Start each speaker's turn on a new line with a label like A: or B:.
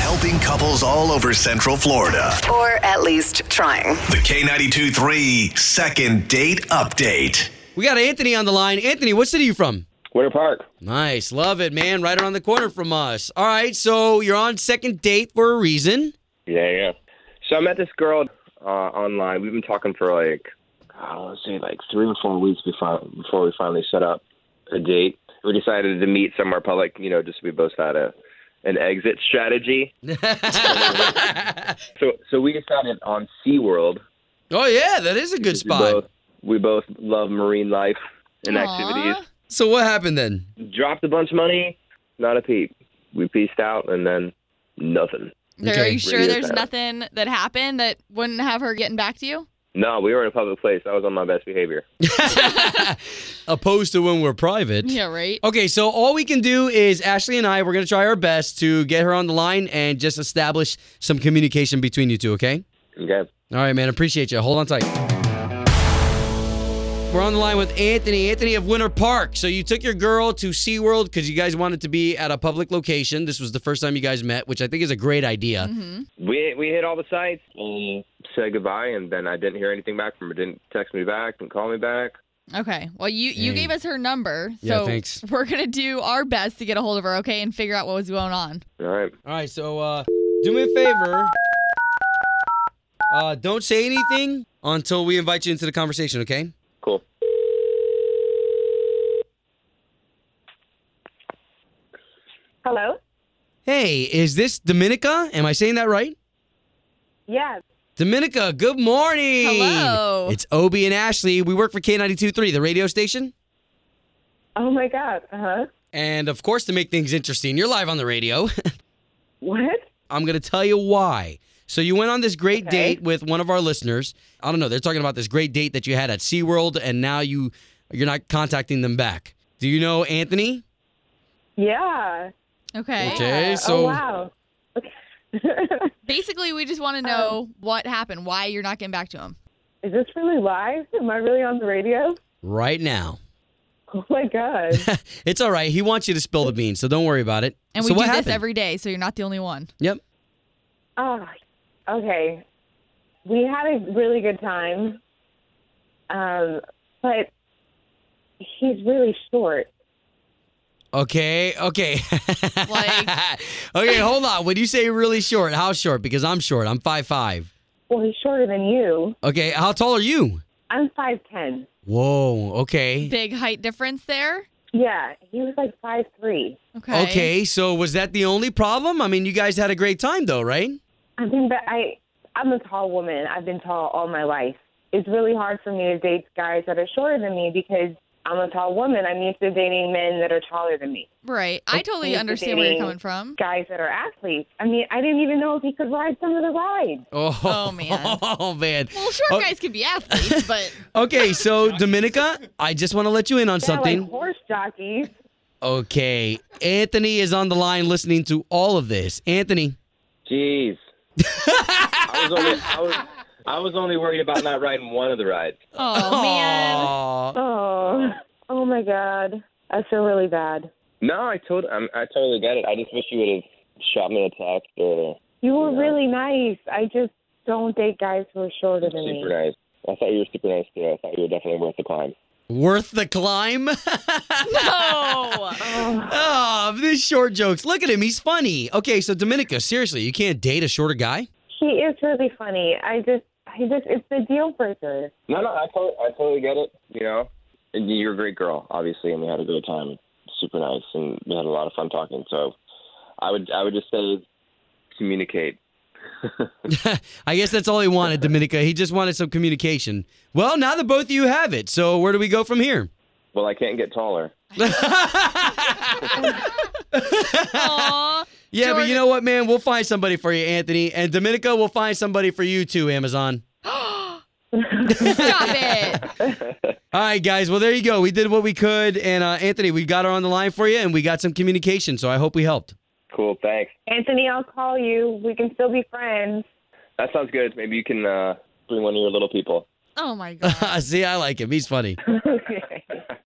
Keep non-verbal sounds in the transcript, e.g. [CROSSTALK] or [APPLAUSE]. A: helping couples all over Central Florida.
B: Or at least trying.
A: The K92 3 Second Date Update.
C: We got Anthony on the line. Anthony, what city are you from?
D: Winter Park.
C: Nice. Love it, man. Right around the corner from us. All right. So you're on second date for a reason. [LAUGHS]
D: Yeah, yeah. So I met this girl uh, online. We've been talking for like, I want to say like three or four weeks before before we finally set up a date. We decided to meet somewhere public, you know, just so we both had a an exit strategy. So so we decided on SeaWorld.
C: Oh, yeah. That is a good
D: We
C: spot.
D: both, we both love marine life and activities.
C: So what happened then?
D: Dropped a bunch of money, not a peep. We peaced out and then nothing.
E: There- Are
C: Okay.
E: you sure
D: Radio
E: there's
D: silence.
E: nothing that happened that wouldn't have her getting back to you?
D: No, we were in a public place. I was on my best behavior.
C: Opposed to when we're private.
E: Yeah, right.
C: Okay, so all we can do is Ashley and I, we're going to try our best to get her on the line and just establish some communication between you two, okay?
D: Okay.
C: All right, man. Appreciate you. Hold on tight. We're on the line with Anthony, Anthony of Winter Park. So you took your girl to SeaWorld because you guys wanted to be at a public location. This was the first time you guys met, which I think is a great idea.
D: We we hit all the sites and said goodbye, and then I didn't hear anything back from her. Didn't text me back, didn't call me back.
E: Okay. Well, you you
C: Dang.
E: gave us her number,
C: Yeah,
E: so
C: thanks.
E: we're gonna do our best to get a hold of her, okay, and figure out what was going on.
D: All right.
C: All right, so uh, do me a favor. Uh, don't say anything until we invite you into the conversation, okay?
D: Cool.
F: Hello?
C: Hey, is this Dominica? Am I saying that right?
F: Yeah.
C: Dominica, good morning.
E: Hello.
C: It's Obie and Ashley. We work for K92.3, the radio station.
F: Oh my God. Uh huh.
C: And of course, to make things interesting, you're live on the radio. [LAUGHS]
F: What?
C: I'm going to tell you why. So, you went on this great
F: Okay.
C: date with one of our listeners. I don't know. They're talking about this great date that you had at SeaWorld, and now you, you're not contacting them back. Do you know Anthony?
F: Yeah.
E: Okay.
C: Okay.
F: Yeah.
C: so-
F: Oh, wow. Okay.
E: Basically, we just want to know what happened, why you're not getting back to him.
F: [LAUGHS] Is this really live? Am I really on the radio?
C: Right now. [LAUGHS]
F: Oh my God.
C: It's all right. He wants you to spill the beans, so don't worry about it.
E: And
C: so
E: we
C: what
E: do
C: happened?
E: this every day, so you're not the only one.
C: Yep.
F: oh, okay. We had a really good time, um, but he's really short.
C: Okay. Okay. [LAUGHS]
E: Like-
C: okay. Hold on. When you say really short, how short? Because I'm short. I'm five five.
F: Well, he's shorter than you.
C: Okay. How tall are you?
F: I'm 5'10.
C: Whoa. Okay.
E: Big height difference there.
F: Yeah. He was like 5'3.
E: Okay.
C: Okay, so was that the only problem? I mean, you guys had a great time though, right?
F: I mean, but I, I'm a tall woman. I've been tall all my life. It's really hard for me to date guys that are shorter than me because I'm a tall woman. I'm used to dating men that are taller than me.
E: Right. I totally
F: He's
E: understand where you're
F: dating
E: coming from.
F: Guys that are athletes. I mean, I didn't even know if he could ride some of the rides.
C: [LAUGHS] Oh,
E: Oh, man.
C: Oh man.
E: Well, short
C: Oh.
E: guys can be
C: [LAUGHS]
E: athletes, but
C: Okay,
E: [LAUGHS]
C: so Dominica, I just want to let you in on
F: Yeah,
C: something.
F: like horse jockeys.
C: Okay. Anthony is on the line listening to all of this. Anthony.
D: Jeez. I was only I was I was only worried about not riding one of the rides.
E: oh man.
C: Aw.
F: Oh, oh my God. I feel really bad.
D: No, I told I'm, I totally get it. I just wish you would have shot me a text or
F: You were really nice. I just don't date guys who are shorter than me.
D: super nice. I thought you were super nice too. I thought you were definitely worth the climb.
C: Worth the climb? [LAUGHS]
E: [LAUGHS] No.
C: oh, these short jokes. Look at him. He's funny. Okay, so Dominica, seriously, you can't date a shorter guy? [LAUGHS]
F: He is really funny. I just, I just, it's a deal breaker.
D: No, no, I totally, I totally get it. You know, and you're a great girl, obviously, and we had a great time. Super nice, and we had a lot of fun talking. So, I would, I would just say, communicate.
C: I guess that's all he wanted, Dominica. He just wanted some communication. Well, now that both of you have it, so where do we go from here?
D: Well, I can't get taller.
E: Aw.
C: [LAUGHS] Yeah, but you
E: Jordan-
C: know what, man? We'll find somebody for you, Anthony. And Dominica, we'll find somebody for you too, Amazon.
E: Stop it.
C: All right, guys. Well, there you go. We did what we could. And uh, Anthony, we got her on the line for you, and we got some communication. So I hope we helped. [LAUGHS]
D: Cool, thanks.
F: Anthony, I'll call you. We can still be friends.
D: That sounds good. Maybe you can uh, bring one of your little people.
E: Oh my god.
C: See, I like him. He's funny.